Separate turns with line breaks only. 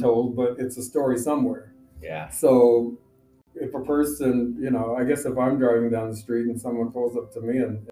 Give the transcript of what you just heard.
told, but it's a story somewhere.
Yeah.
So if a person, you know, I guess if I'm driving down the street and someone pulls up to me and